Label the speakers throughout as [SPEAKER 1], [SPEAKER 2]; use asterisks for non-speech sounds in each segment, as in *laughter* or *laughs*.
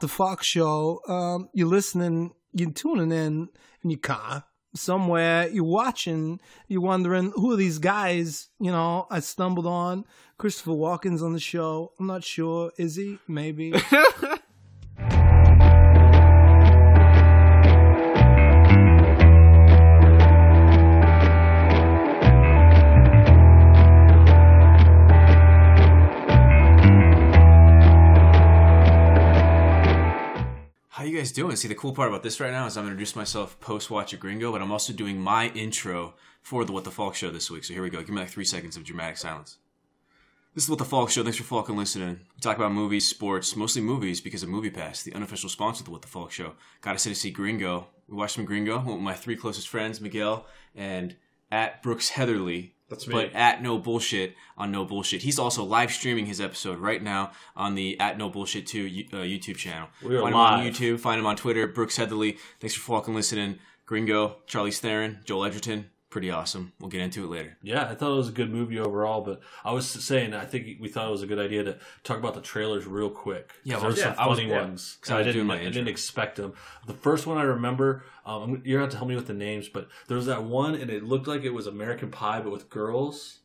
[SPEAKER 1] the Fox show, um, you're listening, you're tuning in in your car somewhere, you're watching, you're wondering who are these guys? You know, I stumbled on Christopher Walken's on the show. I'm not sure. Is he? Maybe.
[SPEAKER 2] How you guys doing? See, the cool part about this right now is I'm going to introduce myself post Watch a Gringo, but I'm also doing my intro for the What the Falk show this week. So here we go. Give me like three seconds of dramatic silence. This is What the Falk show. Thanks for fucking listening. We talk about movies, sports, mostly movies because of MoviePass, the unofficial sponsor of the What the Falk show. Got us in to see Gringo. We watched some Gringo went with my three closest friends, Miguel and at Brooks Heatherly.
[SPEAKER 3] That's me.
[SPEAKER 2] But at No Bullshit on No Bullshit. He's also live streaming his episode right now on the at No Bullshit 2 you- uh, YouTube channel.
[SPEAKER 3] We are
[SPEAKER 2] find him on
[SPEAKER 3] live.
[SPEAKER 2] YouTube, find him on Twitter, Brooks Heatherly. Thanks for fucking listening. Gringo, Charlie Theron, Joel Edgerton. Pretty awesome. We'll get into it later.
[SPEAKER 3] Yeah, I thought it was a good movie overall, but I was saying I think we thought it was a good idea to talk about the trailers real quick. 'cause
[SPEAKER 2] Yeah,
[SPEAKER 3] there were
[SPEAKER 2] yeah,
[SPEAKER 3] some
[SPEAKER 2] I was-
[SPEAKER 3] funny
[SPEAKER 2] yeah,
[SPEAKER 3] ones.
[SPEAKER 2] 'cause I was
[SPEAKER 3] didn't,
[SPEAKER 2] doing my
[SPEAKER 3] I
[SPEAKER 2] intro.
[SPEAKER 3] didn't expect them. The first one I remember, um, I'm- you're gonna have to help me with the names, but there was that one, and it looked like it was American Pie, but with girls.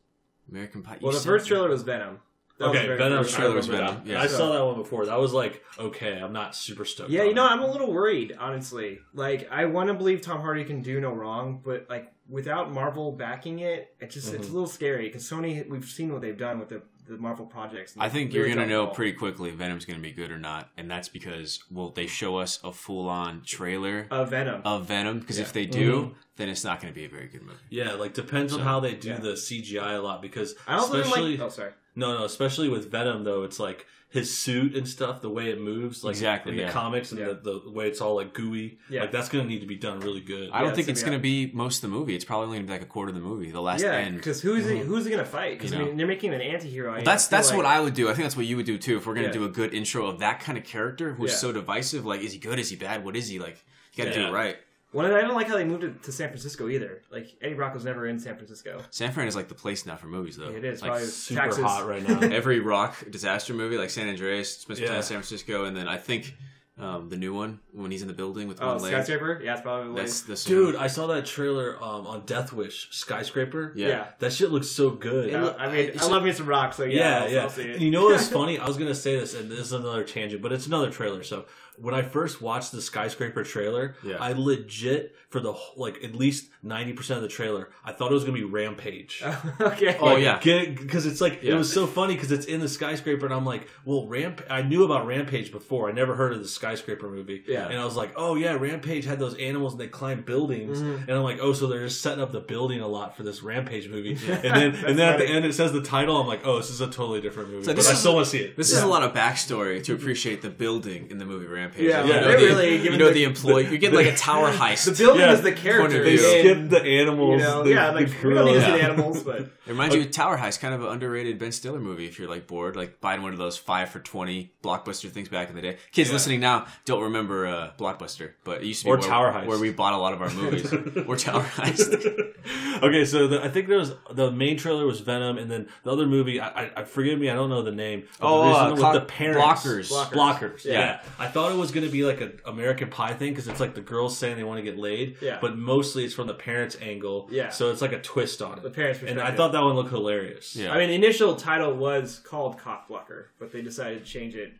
[SPEAKER 2] American Pie.
[SPEAKER 4] Well,
[SPEAKER 2] you
[SPEAKER 4] the
[SPEAKER 2] said-
[SPEAKER 4] first trailer was Venom. That was
[SPEAKER 3] okay,
[SPEAKER 4] the very
[SPEAKER 3] Venom's
[SPEAKER 4] first
[SPEAKER 2] trailer
[SPEAKER 3] trailer
[SPEAKER 2] was
[SPEAKER 3] was Venom.
[SPEAKER 2] Venom, yeah.
[SPEAKER 3] I saw that one before. That was like, okay, I'm not super stoked.
[SPEAKER 4] Yeah,
[SPEAKER 3] on
[SPEAKER 4] you know,
[SPEAKER 3] it.
[SPEAKER 4] I'm a little worried, honestly. Like, I want to believe Tom Hardy can do no wrong, but like without Marvel backing it, it just it's a little scary because Sony. We've seen what they've done with the, the Marvel projects.
[SPEAKER 2] I think
[SPEAKER 4] Really
[SPEAKER 2] you're gonna
[SPEAKER 4] done
[SPEAKER 2] know
[SPEAKER 4] well.
[SPEAKER 2] pretty quickly if Venom's gonna be good or not, and that's because well, they show us a full-on trailer
[SPEAKER 4] uh, Venom.
[SPEAKER 2] of Venom. Because if
[SPEAKER 4] Yeah. Mm-hmm.
[SPEAKER 2] they do, then it's not gonna be a very good movie.
[SPEAKER 3] Yeah, like depends on
[SPEAKER 2] So,
[SPEAKER 3] how they do
[SPEAKER 4] yeah.
[SPEAKER 3] the CGI a lot because
[SPEAKER 4] I also didn't
[SPEAKER 3] especially
[SPEAKER 4] like. Oh, sorry.
[SPEAKER 3] No, no, especially with Venom though, it's like his suit and stuff, the way it moves, like
[SPEAKER 2] Exactly,
[SPEAKER 3] in the
[SPEAKER 2] yeah.
[SPEAKER 3] comics and
[SPEAKER 4] Yeah.
[SPEAKER 3] the, the way it's all like gooey.
[SPEAKER 4] Yeah.
[SPEAKER 3] Like that's gonna need to be done really good.
[SPEAKER 2] I don't
[SPEAKER 4] Yeah,
[SPEAKER 2] think
[SPEAKER 4] so
[SPEAKER 2] it's
[SPEAKER 4] yeah.
[SPEAKER 2] gonna be most of the movie. It's probably only gonna be like a quarter of the movie, the last
[SPEAKER 4] Yeah,
[SPEAKER 2] end.
[SPEAKER 4] because who's he, who's he gonna fight? Because
[SPEAKER 2] You
[SPEAKER 4] I
[SPEAKER 2] know.
[SPEAKER 4] mean, they're making an anti-hero. and
[SPEAKER 2] That's
[SPEAKER 4] feel
[SPEAKER 2] that's
[SPEAKER 4] like-
[SPEAKER 2] what I would do. I think that's what you would do too. If we're gonna
[SPEAKER 4] Yeah.
[SPEAKER 2] do a good intro of that kind of character who's
[SPEAKER 4] Yeah.
[SPEAKER 2] so divisive, like is he good? Is he bad? What is he like? You gotta do
[SPEAKER 3] Yeah.
[SPEAKER 2] it right.
[SPEAKER 4] Well, and I don't like how they moved it to San Francisco either. Like Eddie Brock was never in San Francisco.
[SPEAKER 2] San Fran is like the place now for movies, though.
[SPEAKER 4] It is
[SPEAKER 2] Like,
[SPEAKER 4] probably
[SPEAKER 3] super
[SPEAKER 4] taxes.
[SPEAKER 3] hot right now.
[SPEAKER 4] *laughs*
[SPEAKER 2] every rock disaster movie, like San Andreas, Spencer
[SPEAKER 3] Yeah.
[SPEAKER 2] San Francisco, and then I think um, the new one when he's in the building with the
[SPEAKER 4] Oh,
[SPEAKER 2] one leg.
[SPEAKER 4] skyscraper. Yeah, it's probably. what it
[SPEAKER 2] That's
[SPEAKER 4] is.
[SPEAKER 2] the
[SPEAKER 3] Dude, I saw that trailer um, on Death Wish skyscraper.
[SPEAKER 2] Yeah.
[SPEAKER 4] yeah.
[SPEAKER 3] That shit looks so good.
[SPEAKER 4] Yeah, I mean,
[SPEAKER 2] it's
[SPEAKER 4] I love me some rock, so yeah,
[SPEAKER 3] yeah,
[SPEAKER 4] I'll,
[SPEAKER 3] yeah.
[SPEAKER 4] I'll see it.
[SPEAKER 3] You know
[SPEAKER 4] *laughs*
[SPEAKER 3] what's funny? I was gonna say this, and this is another tangent, but it's another trailer. So when I first watched the skyscraper trailer,
[SPEAKER 2] Yeah.
[SPEAKER 3] I legit for the wh- like at least ninety percent of the trailer, I thought it was gonna
[SPEAKER 4] *laughs*
[SPEAKER 3] be Rampage.
[SPEAKER 4] okay.
[SPEAKER 2] Oh, yeah.
[SPEAKER 3] because it's like
[SPEAKER 2] Yeah.
[SPEAKER 3] it was so funny because it's in the skyscraper, and I'm like, well, ramp. I knew about Rampage before. I never heard of the skyscraper movie.
[SPEAKER 4] Yeah.
[SPEAKER 3] and I was like, oh yeah, Rampage had those animals and they climbed buildings,
[SPEAKER 4] Mm-hmm.
[SPEAKER 3] and I'm like, oh, so they're just setting up the building a lot for this Rampage movie.
[SPEAKER 4] *laughs*
[SPEAKER 3] And then and then at the
[SPEAKER 4] funny.
[SPEAKER 3] end it says the title. I'm like, oh, this is a totally different movie,
[SPEAKER 2] So
[SPEAKER 3] but
[SPEAKER 2] this
[SPEAKER 3] I
[SPEAKER 2] is-
[SPEAKER 3] still want to see it.
[SPEAKER 2] This is a lot of backstory to appreciate the building in the movie Rampage.
[SPEAKER 4] Yeah,
[SPEAKER 2] you
[SPEAKER 3] yeah,
[SPEAKER 2] know,
[SPEAKER 3] they
[SPEAKER 2] the,
[SPEAKER 4] really
[SPEAKER 2] you
[SPEAKER 4] given
[SPEAKER 2] know
[SPEAKER 4] the-
[SPEAKER 2] the employee. You get like a tower heist.
[SPEAKER 4] The building
[SPEAKER 3] Yeah.
[SPEAKER 4] is the character.
[SPEAKER 2] Point
[SPEAKER 3] They
[SPEAKER 2] of view.
[SPEAKER 4] and,
[SPEAKER 3] skipped the animals.
[SPEAKER 4] You know,
[SPEAKER 3] the-
[SPEAKER 4] yeah,
[SPEAKER 3] the
[SPEAKER 4] like we don't need to see
[SPEAKER 3] gorilla.
[SPEAKER 4] the animals, but
[SPEAKER 2] it reminds you of Tower Heist, kind of an underrated Ben Stiller movie. If you're like bored, like buying one of those five for twenty blockbuster things back in the day. Kids
[SPEAKER 3] Yeah.
[SPEAKER 2] listening now don't remember uh, blockbuster, but it used to be
[SPEAKER 3] Or
[SPEAKER 2] where,
[SPEAKER 3] Tower Heist.
[SPEAKER 2] where we bought a lot of our movies. or Tower Heist.
[SPEAKER 3] *laughs* okay, so the, I think there was the main trailer was Venom, and then the other movie. I, I, I forgive me, I don't know the name. but
[SPEAKER 2] Oh,
[SPEAKER 3] there's
[SPEAKER 2] uh,
[SPEAKER 3] something
[SPEAKER 2] Clock-
[SPEAKER 3] with the parents,
[SPEAKER 2] Blockers.
[SPEAKER 3] blockers.
[SPEAKER 2] Blockers.
[SPEAKER 3] Yeah.
[SPEAKER 4] Yeah.
[SPEAKER 3] I thought it was going to be like an American Pie thing because it's like the girls saying they want to get laid.
[SPEAKER 4] Yeah.
[SPEAKER 3] but mostly it's from the parents' angle.
[SPEAKER 4] Yeah.
[SPEAKER 3] so it's like a twist on it.
[SPEAKER 4] The parents'
[SPEAKER 3] and I
[SPEAKER 4] perspective.
[SPEAKER 3] thought that one looked hilarious.
[SPEAKER 2] Yeah.
[SPEAKER 4] I mean, the initial title was called Cock Blocker, but they decided to change it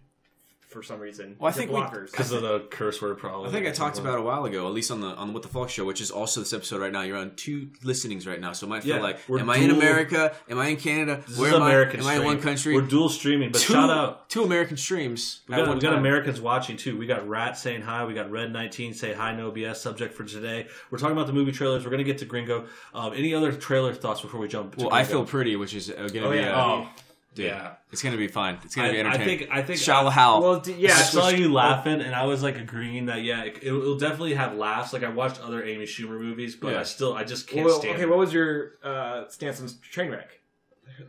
[SPEAKER 4] for some reason.
[SPEAKER 2] Well, I
[SPEAKER 4] to
[SPEAKER 2] think we-
[SPEAKER 4] blockers.
[SPEAKER 3] because of the curse word problem.
[SPEAKER 2] I think I talked about it a while ago, at least on the on the What the Fuck show, which is also this episode right now. You're on two listenings right now, so it might feel
[SPEAKER 3] Yeah,
[SPEAKER 2] like,
[SPEAKER 3] we're
[SPEAKER 2] am I in
[SPEAKER 3] dual-
[SPEAKER 2] America? Am I in Canada?
[SPEAKER 3] This
[SPEAKER 2] Where
[SPEAKER 3] is
[SPEAKER 2] am
[SPEAKER 3] American.
[SPEAKER 2] I? Am I in
[SPEAKER 3] stream.
[SPEAKER 2] one country?
[SPEAKER 3] We're dual streaming, but
[SPEAKER 2] two,
[SPEAKER 3] shout out.
[SPEAKER 2] two American streams.
[SPEAKER 3] We
[SPEAKER 2] at
[SPEAKER 3] got,
[SPEAKER 2] one
[SPEAKER 3] we got
[SPEAKER 2] time.
[SPEAKER 3] Americans watching too. We got Rat saying hi. We got Red 19 say hi, no BS subject for today. We're talking about the movie trailers. We're going to get to Gringo. Um, any other trailer thoughts before we jump? To
[SPEAKER 2] Well, I
[SPEAKER 3] Gringo?
[SPEAKER 2] feel pretty, which is uh, gonna
[SPEAKER 4] Oh,
[SPEAKER 2] be.
[SPEAKER 4] yeah.
[SPEAKER 2] Uh,
[SPEAKER 3] Oh,
[SPEAKER 2] dude,
[SPEAKER 3] yeah.
[SPEAKER 2] it's gonna be fun. It's gonna
[SPEAKER 3] I-
[SPEAKER 2] be
[SPEAKER 3] I
[SPEAKER 2] entertaining.
[SPEAKER 3] think- I think-
[SPEAKER 2] Shala Hal.
[SPEAKER 4] well, d- yeah,
[SPEAKER 3] I
[SPEAKER 4] it's
[SPEAKER 3] saw you laughing, and I was like agreeing that yeah, it, it'll definitely have laughs. Like I watched other Amy Schumer movies, but
[SPEAKER 2] Yeah.
[SPEAKER 3] I still I just can't
[SPEAKER 4] well,
[SPEAKER 3] stand.
[SPEAKER 4] okay,
[SPEAKER 3] it.
[SPEAKER 4] what was your uh, stance on Trainwreck?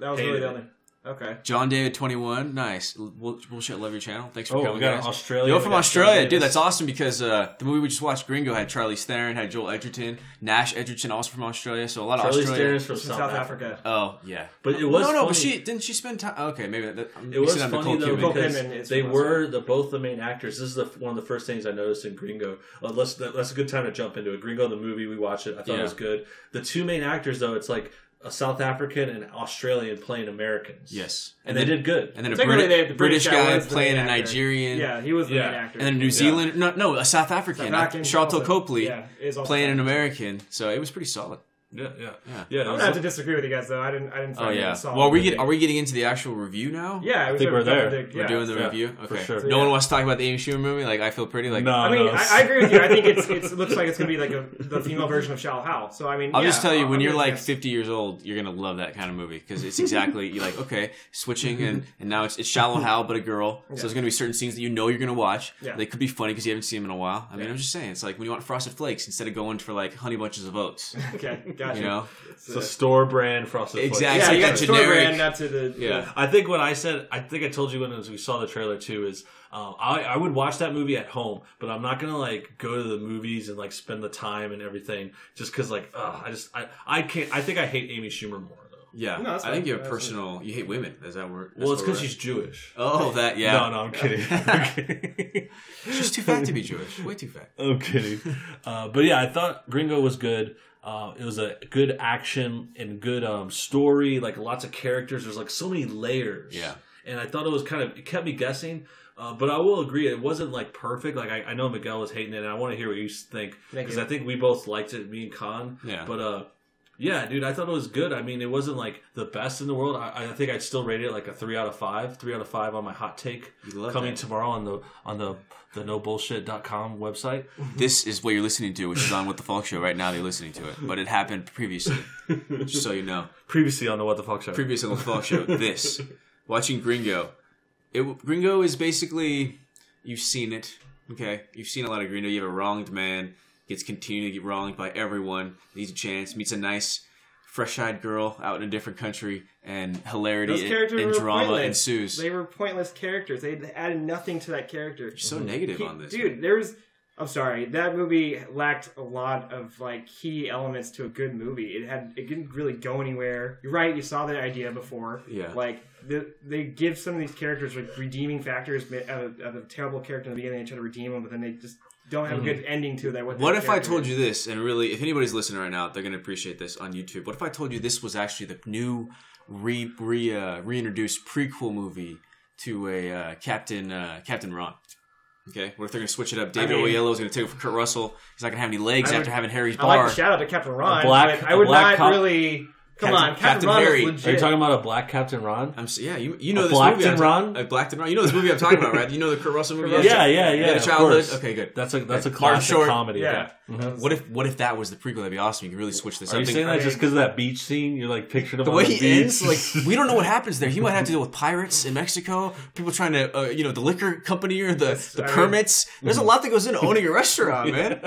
[SPEAKER 4] That was
[SPEAKER 3] Hated
[SPEAKER 4] really the
[SPEAKER 3] it.
[SPEAKER 4] only. Okay.
[SPEAKER 2] John David twenty one, nice. We'll, we'll shit, love your channel. Thanks for
[SPEAKER 3] Oh, we
[SPEAKER 2] coming,
[SPEAKER 3] got
[SPEAKER 2] guys.
[SPEAKER 3] an Australia.
[SPEAKER 2] Yo,
[SPEAKER 3] we
[SPEAKER 2] from
[SPEAKER 3] got John
[SPEAKER 2] Australia,
[SPEAKER 3] Davis.
[SPEAKER 2] dude. That's awesome because uh, the movie we just watched, Gringo, had Charlie Theron, had Joel Edgerton, Nash Edgerton, also from Australia. So a lot of
[SPEAKER 3] Charlie
[SPEAKER 2] Australia.
[SPEAKER 3] Theron's from
[SPEAKER 4] From
[SPEAKER 3] South,
[SPEAKER 4] South
[SPEAKER 3] Africa.
[SPEAKER 4] Africa.
[SPEAKER 2] Oh yeah,
[SPEAKER 3] But it was
[SPEAKER 2] no, no. But
[SPEAKER 3] funny-
[SPEAKER 2] she didn't she spend time. Okay, maybe that, I'm
[SPEAKER 3] It was
[SPEAKER 2] mixing up
[SPEAKER 3] funny
[SPEAKER 2] Nicole
[SPEAKER 3] though
[SPEAKER 2] Kidman.
[SPEAKER 3] because
[SPEAKER 4] Kidman is
[SPEAKER 3] they
[SPEAKER 4] from
[SPEAKER 3] were the both the main actors. This is the, one of the first things I noticed in Gringo. Uh, let's, that- that's a good time to jump into it. Gringo, the movie, we watched it. I thought
[SPEAKER 2] Yeah.
[SPEAKER 3] it was good. The two main actors though, it's like a South African and Australian playing Americans.
[SPEAKER 2] yes,
[SPEAKER 3] and, they did good.
[SPEAKER 2] And then a
[SPEAKER 4] Technically,
[SPEAKER 2] Brit-
[SPEAKER 4] they had the
[SPEAKER 2] British,
[SPEAKER 4] British guy
[SPEAKER 2] guy
[SPEAKER 4] was the
[SPEAKER 2] playing
[SPEAKER 4] main
[SPEAKER 2] a
[SPEAKER 4] actor.
[SPEAKER 2] Nigerian.
[SPEAKER 4] Yeah, he was the
[SPEAKER 3] Yeah.
[SPEAKER 4] main actor.
[SPEAKER 2] And then a New Zealand, no, no, a South African,
[SPEAKER 4] South
[SPEAKER 2] uh,
[SPEAKER 4] African
[SPEAKER 2] Charlton
[SPEAKER 4] also.
[SPEAKER 2] Copley,
[SPEAKER 4] Yeah, is also
[SPEAKER 2] playing an
[SPEAKER 4] South
[SPEAKER 2] American. So it was pretty solid.
[SPEAKER 3] yeah, yeah,
[SPEAKER 2] Yeah.
[SPEAKER 3] yeah.
[SPEAKER 4] I'm
[SPEAKER 3] that was-
[SPEAKER 4] gonna have to disagree with you guys though. I didn't. I didn't.
[SPEAKER 2] Oh
[SPEAKER 4] Find it
[SPEAKER 2] yeah.
[SPEAKER 4] solid.
[SPEAKER 2] Well, are we get are we getting into the actual review now?
[SPEAKER 4] Yeah, it was
[SPEAKER 3] think
[SPEAKER 4] a-
[SPEAKER 3] we're there.
[SPEAKER 4] definitely-
[SPEAKER 2] We're
[SPEAKER 4] yeah.
[SPEAKER 2] doing the
[SPEAKER 3] Yeah,
[SPEAKER 2] review.
[SPEAKER 3] for
[SPEAKER 2] Okay.
[SPEAKER 3] sure.
[SPEAKER 2] No one wants to talk about the Amy Schumer movie. Like I feel pretty. Like
[SPEAKER 3] no,
[SPEAKER 4] I mean,
[SPEAKER 3] no,
[SPEAKER 4] I, I agree with you. I
[SPEAKER 2] *laughs*
[SPEAKER 4] think it's
[SPEAKER 3] *laughs*
[SPEAKER 4] it's looks like it's gonna be like a, the female version of Shao Hao. So I mean,
[SPEAKER 2] I'll
[SPEAKER 4] yeah, Oh,
[SPEAKER 2] just tell you, when
[SPEAKER 4] I'm
[SPEAKER 2] you're
[SPEAKER 4] gonna
[SPEAKER 2] like
[SPEAKER 4] guess-
[SPEAKER 2] 50 years old, you're gonna love that kind of movie because it's exactly you're like okay, switching and
[SPEAKER 4] *laughs*
[SPEAKER 2] and now it's it's shallow Hal but a girl. So there's gonna be certain scenes that you know you're gonna watch.
[SPEAKER 4] Yeah.
[SPEAKER 2] They could be funny because you haven't seen them in a while. I mean, I'm just saying, it's like when you want Frosted Flakes instead of going for like Honey Bunches of Oats.
[SPEAKER 4] okay, gotcha. *laughs*
[SPEAKER 2] You know,
[SPEAKER 3] it's a store brand frosted. Flakes.
[SPEAKER 2] Exactly.
[SPEAKER 4] yeah,
[SPEAKER 2] Actually,
[SPEAKER 4] you
[SPEAKER 2] got
[SPEAKER 4] got
[SPEAKER 2] generic-
[SPEAKER 4] generic. Brand, not to the
[SPEAKER 2] yeah.
[SPEAKER 3] I think what I said, I think I told you when it was- we saw the trailer too, is um, I, I would watch that movie at home, but I'm not gonna like go to the movies and like spend the time and everything just because like ugh, I just I, I can't I think I hate Amy Schumer more though.
[SPEAKER 2] Yeah,
[SPEAKER 4] No, that's
[SPEAKER 2] I think
[SPEAKER 4] fine.
[SPEAKER 2] you have
[SPEAKER 4] That's
[SPEAKER 2] personal. You hate women. Is that where?
[SPEAKER 3] Well,
[SPEAKER 2] that's
[SPEAKER 3] it's
[SPEAKER 2] where
[SPEAKER 3] because she's Jewish.
[SPEAKER 2] we're at? Oh, that yeah.
[SPEAKER 3] No, no,
[SPEAKER 2] *laughs*
[SPEAKER 3] I'm kidding. I'm kidding. *laughs*
[SPEAKER 2] She's too fat to
[SPEAKER 4] *laughs*
[SPEAKER 2] be Jewish. Way too fat.
[SPEAKER 3] I'm kidding. *laughs* Uh, but yeah, I thought Gringo was good. Uh, it was a good action and good um, story, like lots of characters. There's like so many layers.
[SPEAKER 2] Yeah.
[SPEAKER 3] And I thought it was kind of, it kept me guessing. Uh, but I will agree, it wasn't like perfect. Like I, I know Miguel was hating it, and I want to hear what you think
[SPEAKER 4] Thank
[SPEAKER 3] because
[SPEAKER 4] you.
[SPEAKER 3] I think we both liked it, me and Khan.
[SPEAKER 2] Yeah.
[SPEAKER 3] But uh, yeah, dude, I thought it was good. I mean, it wasn't like the best in the world. I, I think I'd still rate it like a three out of five, three out of five on my hot take
[SPEAKER 2] You love
[SPEAKER 3] coming
[SPEAKER 2] that.
[SPEAKER 3] tomorrow on the on the the nobullshit.com website.
[SPEAKER 2] This is what you're listening to, which is on with the Falk Show right now. They're listening to it, but it happened previously. Just so you know,
[SPEAKER 3] previously on the What the Fuck show.
[SPEAKER 2] previous on the Falk
[SPEAKER 4] *laughs*
[SPEAKER 2] Show. This watching Gringo. It Gringo is basically you've seen it. Okay, you've seen a lot of Gringo. You have a wronged man gets continually get wronged by everyone. Needs a chance. Meets a nice. Fresh-eyed girl out in a different country, and hilarity
[SPEAKER 4] Those
[SPEAKER 2] and,
[SPEAKER 4] characters
[SPEAKER 2] and
[SPEAKER 4] were
[SPEAKER 2] drama
[SPEAKER 4] pointless.
[SPEAKER 2] ensues.
[SPEAKER 4] They were pointless characters. They added nothing to that character.
[SPEAKER 2] You're so negative
[SPEAKER 4] He-
[SPEAKER 2] on this,
[SPEAKER 4] dude. There was. I'm sorry. That movie lacked a lot of like key elements to a good movie. It had it didn't really go anywhere. You're right. You saw the idea before.
[SPEAKER 2] Yeah.
[SPEAKER 4] Like the, they give some of these characters like redeeming factors ma- of, of a terrible character in the beginning. They try to redeem them, but then they just don't have a good ending to that. What,
[SPEAKER 2] Mm-hmm. What
[SPEAKER 4] that
[SPEAKER 2] if I
[SPEAKER 4] character
[SPEAKER 2] told
[SPEAKER 4] is.
[SPEAKER 2] you this, and really, if anybody's listening right now, they're going to appreciate this on YouTube. What if I told you this was actually the new re, re uh, reintroduced prequel movie to a uh, Captain uh, Captain Ron? Okay, what if they're going to switch it up? David
[SPEAKER 4] mean-
[SPEAKER 2] Oyelowo is going to take it for Kurt Russell. He's not going to have any legs
[SPEAKER 4] I would-
[SPEAKER 2] after having Harry's
[SPEAKER 4] I like
[SPEAKER 2] bar.
[SPEAKER 4] the shout out to Captain Ron.
[SPEAKER 3] black-
[SPEAKER 4] but
[SPEAKER 3] a
[SPEAKER 4] I would not
[SPEAKER 3] black cop-
[SPEAKER 4] really. Come
[SPEAKER 2] Captain-
[SPEAKER 4] on, Captain,
[SPEAKER 2] Captain
[SPEAKER 4] Ron
[SPEAKER 2] Barry.
[SPEAKER 4] is legit.
[SPEAKER 3] Are you talking about a black Captain Ron?
[SPEAKER 2] I'm s- yeah, you you know this
[SPEAKER 3] Blacked
[SPEAKER 2] movie. I'm
[SPEAKER 3] and
[SPEAKER 2] ta-
[SPEAKER 3] Ron?
[SPEAKER 2] A Blacked and Ron. You know this movie I'm talking about, right? You know the Kurt Russell movie.
[SPEAKER 3] *laughs* Yeah, yeah, yeah.
[SPEAKER 2] You had a
[SPEAKER 3] of
[SPEAKER 2] childhood.
[SPEAKER 3] course. Mm-hmm.
[SPEAKER 2] Okay, good.
[SPEAKER 3] That's a that's a
[SPEAKER 2] Okay. Martin
[SPEAKER 3] classic
[SPEAKER 2] Short.
[SPEAKER 3] comedy.
[SPEAKER 4] Yeah.
[SPEAKER 2] What if what if that was the prequel? That'd be awesome. You could really switch this.
[SPEAKER 3] Are
[SPEAKER 2] up.
[SPEAKER 3] you
[SPEAKER 2] Think-
[SPEAKER 3] saying that just because of that beach scene? You're like pictured him
[SPEAKER 2] the
[SPEAKER 3] on
[SPEAKER 2] way
[SPEAKER 4] Uh,
[SPEAKER 3] the
[SPEAKER 2] he
[SPEAKER 3] beach.
[SPEAKER 2] ends,
[SPEAKER 3] *laughs*
[SPEAKER 2] like we don't know what
[SPEAKER 4] *laughs*
[SPEAKER 2] happens there. He might have to deal with pirates in Mexico, people trying to, uh, you know, the liquor company or the, the
[SPEAKER 4] I mean- mm.
[SPEAKER 2] permits. There's a lot that goes into owning a
[SPEAKER 4] *laughs*
[SPEAKER 2] restaurant, man.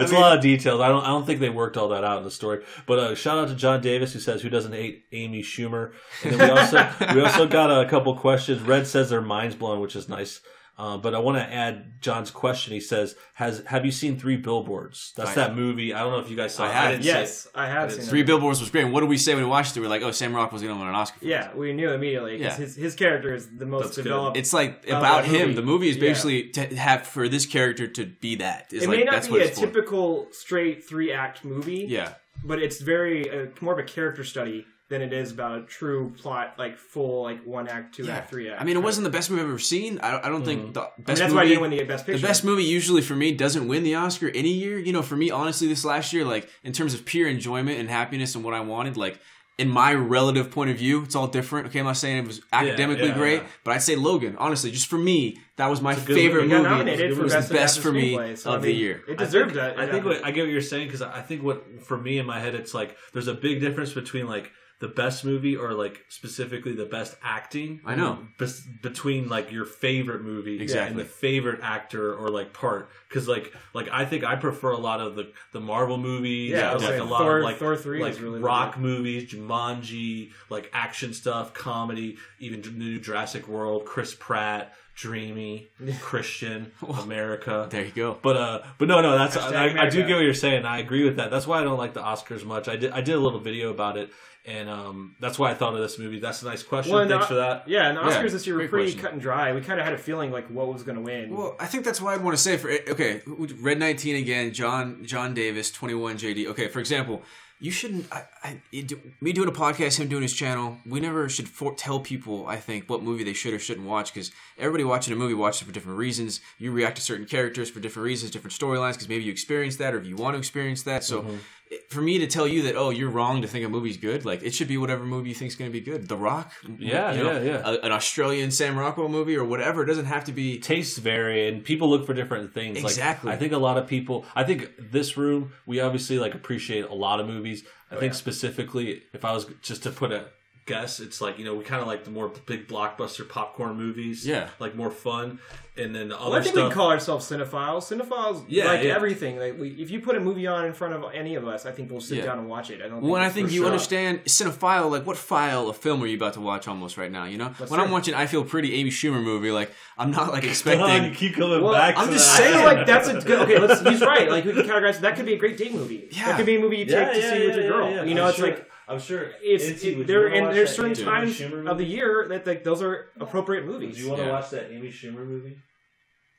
[SPEAKER 3] it's a lot of details. I don't. I don't think they worked all that out in the story. But uh, shout out to John Davis who says, "Who doesn't hate Amy Schumer?" And then
[SPEAKER 2] *laughs*
[SPEAKER 3] we also we also got a couple questions. Red says their minds blown, which is nice. Uh, but I want to add John's question. He says, "Has have you seen Three Billboards?" That's
[SPEAKER 2] I-
[SPEAKER 3] that movie. I don't know if you guys saw.
[SPEAKER 2] I
[SPEAKER 3] it.
[SPEAKER 2] have.
[SPEAKER 3] didn't see it.
[SPEAKER 4] Yes, I have seen
[SPEAKER 2] Three
[SPEAKER 4] that.
[SPEAKER 2] Billboards was great. And what did we say when we watched it? We are like, oh, Sam Rock was going to win an Oscar. For this.
[SPEAKER 4] Yeah, we knew immediately 'cause
[SPEAKER 2] Yeah.
[SPEAKER 4] his his character is the most
[SPEAKER 3] That's good.
[SPEAKER 4] developed.
[SPEAKER 2] It's like
[SPEAKER 4] About
[SPEAKER 2] about
[SPEAKER 4] that
[SPEAKER 2] him.
[SPEAKER 4] movie.
[SPEAKER 2] The movie is
[SPEAKER 4] Yeah.
[SPEAKER 2] basically to have for this character to be that. It's
[SPEAKER 4] it
[SPEAKER 2] like,
[SPEAKER 4] may not
[SPEAKER 2] that's
[SPEAKER 4] be
[SPEAKER 2] what
[SPEAKER 4] a
[SPEAKER 2] it's for.
[SPEAKER 4] typical straight three act movie,
[SPEAKER 2] Yeah.
[SPEAKER 4] but it's very uh, more of a character study than it is about a true plot, like full like one act, two act, three act.
[SPEAKER 2] I mean, it wasn't the best movie I've ever seen. I don't, I don't think the best
[SPEAKER 4] Mm. I mean, that's
[SPEAKER 2] movie,
[SPEAKER 4] why you didn't win the best picture.
[SPEAKER 2] The best movie usually for me doesn't win the Oscar any year. You know, for me, honestly, this last year, like in terms of pure enjoyment and happiness and what I wanted, like in my relative point of view, it's all different. Okay, I'm not saying it was academically
[SPEAKER 3] yeah,
[SPEAKER 2] great,
[SPEAKER 3] yeah.
[SPEAKER 2] but I'd say Logan. Honestly, just for me, that was my
[SPEAKER 3] good
[SPEAKER 2] favorite
[SPEAKER 4] It
[SPEAKER 3] movie.
[SPEAKER 2] movie.
[SPEAKER 4] got nominated
[SPEAKER 2] It
[SPEAKER 4] for
[SPEAKER 2] was
[SPEAKER 4] best
[SPEAKER 2] the best for
[SPEAKER 4] adapted
[SPEAKER 2] me
[SPEAKER 4] screenplay, so, I
[SPEAKER 2] of the
[SPEAKER 4] mean,
[SPEAKER 2] year.
[SPEAKER 4] It deserved
[SPEAKER 3] I think,
[SPEAKER 4] that.
[SPEAKER 3] I think
[SPEAKER 4] yeah.
[SPEAKER 3] what I get what you're saying because I think what for me in my head it's like there's a big difference between like the best movie or like specifically the best acting.
[SPEAKER 2] I know.
[SPEAKER 3] Bes- between like your favorite movie
[SPEAKER 2] Exactly.
[SPEAKER 3] and the favorite actor or like part because like like I think I prefer a lot of the the Marvel movies.
[SPEAKER 4] Yeah,
[SPEAKER 3] I
[SPEAKER 4] I was
[SPEAKER 3] like a
[SPEAKER 4] saying,
[SPEAKER 3] lot
[SPEAKER 4] Thor-
[SPEAKER 3] of like
[SPEAKER 4] Thor 3
[SPEAKER 3] like
[SPEAKER 4] is really
[SPEAKER 3] rock movies, Jumanji, like action stuff, comedy, even the new Jurassic World, Chris Pratt,
[SPEAKER 4] *laughs*
[SPEAKER 3] dreamy, Christian, America.
[SPEAKER 2] There you go.
[SPEAKER 3] But uh, but no, no, that's
[SPEAKER 4] Hashtag
[SPEAKER 3] I, I do
[SPEAKER 4] America.
[SPEAKER 3] get what you're saying. I agree with that. That's why I don't like the Oscars much. I did I did a little video about it, and um, that's why I thought of this movie. That's a nice question.
[SPEAKER 4] Well, and
[SPEAKER 3] Thanks
[SPEAKER 4] the-
[SPEAKER 3] for that.
[SPEAKER 4] Yeah, and the
[SPEAKER 2] Yeah,
[SPEAKER 4] Oscars this year were
[SPEAKER 2] great
[SPEAKER 4] pretty
[SPEAKER 2] question.
[SPEAKER 4] cut and dry. We kind of had a feeling like what was going to win.
[SPEAKER 2] Well, I think that's why I'd want to say for eh, okay, Red 19 again, John John Davis, 21 JD. Okay, for example, you shouldn't I, I you do, me doing a podcast, him doing his channel. We never should for, tell people I think what movie they should or shouldn't watch because everybody watching a movie watches it for different reasons. You react to certain characters for different reasons, different storylines because maybe you experienced that or if you want to experience that. So
[SPEAKER 3] Mm-hmm.
[SPEAKER 2] it- for me to tell you that oh you're wrong to think a movie's good, like it should be whatever movie you think's going to be good. The Rock,
[SPEAKER 3] Yeah,
[SPEAKER 2] you know,
[SPEAKER 3] yeah, yeah.
[SPEAKER 2] a- an Australian Sam Rockwell movie or whatever. It doesn't have to be.
[SPEAKER 3] tastes vary and people look for different things Like,
[SPEAKER 2] Exactly.
[SPEAKER 3] i think a lot of people i think this room we obviously like appreciate a lot of movies i think specifically if i was just to put a guess it's like you know we kind of like the more big blockbuster popcorn movies
[SPEAKER 2] Yeah.
[SPEAKER 3] like more fun and then the other
[SPEAKER 4] Well, I think
[SPEAKER 3] stuff
[SPEAKER 4] we call ourselves cinephiles. Cinephiles
[SPEAKER 3] Yeah,
[SPEAKER 4] like
[SPEAKER 3] yeah.
[SPEAKER 4] everything. Like we, if you put a movie on in front of any of us, I think we'll sit
[SPEAKER 2] Yeah.
[SPEAKER 4] down and watch it. I don't.
[SPEAKER 2] Well, and I
[SPEAKER 4] it's
[SPEAKER 2] think
[SPEAKER 4] for
[SPEAKER 2] you
[SPEAKER 4] sure.
[SPEAKER 2] understand cinephile, like what file of film are you about to watch almost right now? You know, when I'm
[SPEAKER 4] true.
[SPEAKER 2] watching I Feel Pretty Amy Schumer movie, like I'm not like
[SPEAKER 3] Don, you
[SPEAKER 2] expecting.
[SPEAKER 3] keep coming
[SPEAKER 4] Well,
[SPEAKER 3] back
[SPEAKER 2] I'm
[SPEAKER 3] to
[SPEAKER 2] just
[SPEAKER 3] that.
[SPEAKER 4] I feel like that's
[SPEAKER 3] *laughs*
[SPEAKER 4] a good. Okay, let's, he's right. Like we can categorize that could be a great
[SPEAKER 2] *laughs*
[SPEAKER 4] date movie.
[SPEAKER 2] Yeah.
[SPEAKER 4] that could be a movie you take
[SPEAKER 3] Yeah,
[SPEAKER 4] to
[SPEAKER 3] yeah,
[SPEAKER 4] see with
[SPEAKER 3] yeah,
[SPEAKER 4] your girl.
[SPEAKER 3] yeah, yeah.
[SPEAKER 4] You know,
[SPEAKER 3] I'm
[SPEAKER 4] it's
[SPEAKER 3] sure-
[SPEAKER 4] like
[SPEAKER 3] i'm sure
[SPEAKER 4] it's
[SPEAKER 3] Nancy,
[SPEAKER 4] it,
[SPEAKER 3] would
[SPEAKER 4] there
[SPEAKER 3] you wanna
[SPEAKER 4] and
[SPEAKER 3] watch
[SPEAKER 4] there's
[SPEAKER 3] that
[SPEAKER 4] certain
[SPEAKER 3] Amy
[SPEAKER 4] times
[SPEAKER 3] Schumer
[SPEAKER 4] of the
[SPEAKER 3] movie?
[SPEAKER 4] year that like those are appropriate
[SPEAKER 3] do
[SPEAKER 4] movies.
[SPEAKER 3] you want to
[SPEAKER 2] Yeah.
[SPEAKER 3] watch that amy schumer movie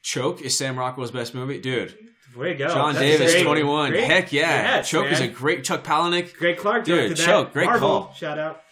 [SPEAKER 2] Choke is Sam Rockwell's best movie, dude.
[SPEAKER 4] Way to go,
[SPEAKER 2] John
[SPEAKER 4] Oh, That's
[SPEAKER 2] Davis,
[SPEAKER 4] great.
[SPEAKER 2] 21.
[SPEAKER 4] Great.
[SPEAKER 2] Heck yeah,
[SPEAKER 4] Yes,
[SPEAKER 2] Choke is a
[SPEAKER 4] man.
[SPEAKER 2] great Chuck Palahniuk.
[SPEAKER 4] Greg Clark
[SPEAKER 2] Dude,
[SPEAKER 4] directed that.
[SPEAKER 2] Choke, great
[SPEAKER 4] Marvel,
[SPEAKER 2] call.
[SPEAKER 4] Shout out.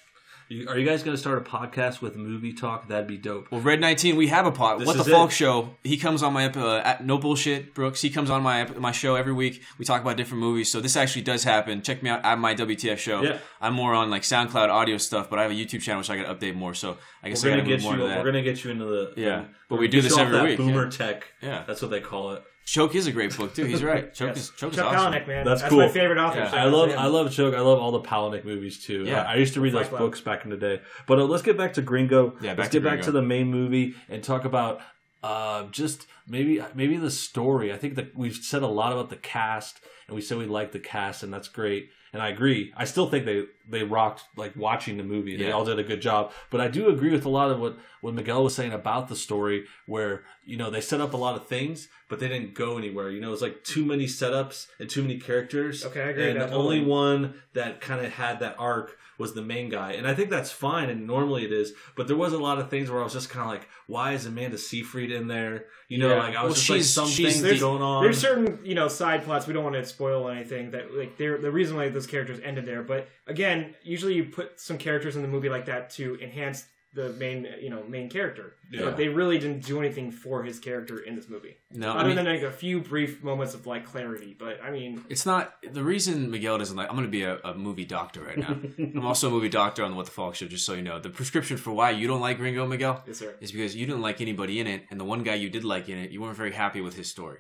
[SPEAKER 3] You- are you guys gonna start a podcast with movie talk that'd be dope
[SPEAKER 2] Well, Red 19, we have a pod.
[SPEAKER 3] This
[SPEAKER 2] what the
[SPEAKER 3] is
[SPEAKER 2] Folk
[SPEAKER 3] it.
[SPEAKER 2] Show? He comes on my ep- uh, at- no bullshit, Brooks. He comes on my ep- my show every week. We talk about different movies, so this actually does happen. Check me out at my WTF show.
[SPEAKER 3] Yeah.
[SPEAKER 2] I'm more on like SoundCloud audio stuff, but I have a YouTube channel which I got to update more. So I guess
[SPEAKER 3] We're
[SPEAKER 2] I
[SPEAKER 3] gonna
[SPEAKER 2] got to
[SPEAKER 3] get
[SPEAKER 2] move
[SPEAKER 3] you.
[SPEAKER 2] more to that.
[SPEAKER 3] We're gonna get you into the
[SPEAKER 2] Yeah,
[SPEAKER 3] um,
[SPEAKER 2] but we do
[SPEAKER 3] get
[SPEAKER 2] this
[SPEAKER 3] you off
[SPEAKER 2] every
[SPEAKER 3] that
[SPEAKER 2] week,
[SPEAKER 3] Boomer
[SPEAKER 2] yeah.
[SPEAKER 3] tech.
[SPEAKER 2] Yeah.
[SPEAKER 3] that's what they call it.
[SPEAKER 2] Choke is a great book too. He's right. Choke is Choke is
[SPEAKER 4] Chuck
[SPEAKER 2] awesome.
[SPEAKER 4] Palahniuk, man.
[SPEAKER 3] That's
[SPEAKER 4] That's,
[SPEAKER 3] cool.
[SPEAKER 4] my favorite author.
[SPEAKER 2] Yeah.
[SPEAKER 4] Shout
[SPEAKER 3] I
[SPEAKER 4] out to
[SPEAKER 3] love
[SPEAKER 4] him.
[SPEAKER 3] I love Choke. I love all the Palahniuk movies too.
[SPEAKER 2] Yeah.
[SPEAKER 3] I, I used to read those
[SPEAKER 4] Black Lab.
[SPEAKER 3] books back in the day. But uh, let's get back to Gringo.
[SPEAKER 2] Yeah, back
[SPEAKER 3] let's
[SPEAKER 2] to
[SPEAKER 3] get back
[SPEAKER 2] Gringo.
[SPEAKER 3] to the main movie and talk about uh, just maybe maybe the story. I think that we've said a lot about the cast, and we said we like the cast, and that's great. And I agree. I still think they they rocked like watching the movie. They
[SPEAKER 2] Yeah.
[SPEAKER 3] all did a good job. But I do agree with a lot of what what Miguel was saying about the story, where you know they set up a lot of things, but they didn't go anywhere. You know, it's like too many setups and too many characters.
[SPEAKER 4] Okay, I agree with
[SPEAKER 3] And
[SPEAKER 4] that
[SPEAKER 3] the only
[SPEAKER 4] totally.
[SPEAKER 3] one that kind of had that arc was the main guy, and I think that's fine. And normally it is, but there was a lot of things where I was just kind of like, why is Amanda Seyfried in there? You know,
[SPEAKER 4] Yeah.
[SPEAKER 3] like I was
[SPEAKER 2] Well,
[SPEAKER 3] just
[SPEAKER 2] she's-
[SPEAKER 3] like some
[SPEAKER 2] she's
[SPEAKER 3] things
[SPEAKER 2] the-
[SPEAKER 3] going on.
[SPEAKER 4] There's
[SPEAKER 2] Um,
[SPEAKER 4] certain you know side plots we don't want to spoil anything that like they're the reason why those characters ended there. But again, usually you put some characters in the movie like that to enhance the main you know main character.
[SPEAKER 3] Yeah.
[SPEAKER 4] But they really didn't do anything for his character in this movie,
[SPEAKER 2] No, Uh, I
[SPEAKER 4] other
[SPEAKER 2] mean,
[SPEAKER 4] than like a few brief moments of like clarity. But I mean,
[SPEAKER 2] It's not the reason Miguel doesn't like. I'm going to be a, a movie doctor right *laughs* now. I'm also a movie doctor on the What the Falk show. Just so you know, the prescription for why you don't like Ringo Miguel
[SPEAKER 4] yes, sir.
[SPEAKER 2] is because you didn't like anybody in it, and the one guy you did like in it, you weren't very happy with his story.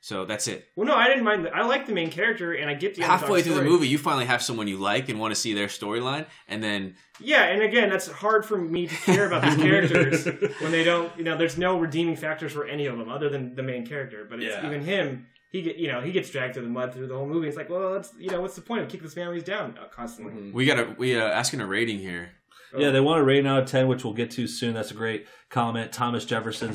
[SPEAKER 2] So that's it.
[SPEAKER 4] Well, no, I didn't mind. The, I like the main character, and I get the
[SPEAKER 2] Halfway
[SPEAKER 4] underdog
[SPEAKER 2] through the
[SPEAKER 4] story.
[SPEAKER 2] movie, you finally have someone you like and want to see their storyline, and then
[SPEAKER 4] Yeah, and again, that's hard for me to care about these
[SPEAKER 3] *laughs*
[SPEAKER 4] characters when they don't. You know, there's no redeeming factors for any of them other than the main character. But it's
[SPEAKER 3] Yeah.
[SPEAKER 4] even him. He get, you know he gets dragged through the mud through the whole movie. It's like, well, that's you know what's the point of kicking this man when he's down uh, constantly?
[SPEAKER 3] Mm-hmm.
[SPEAKER 2] we got to we uh, asking a rating here.
[SPEAKER 4] Oh.
[SPEAKER 3] Yeah, they want a rating out of 10, which we'll get to soon. That's a great comment. Thomas Jefferson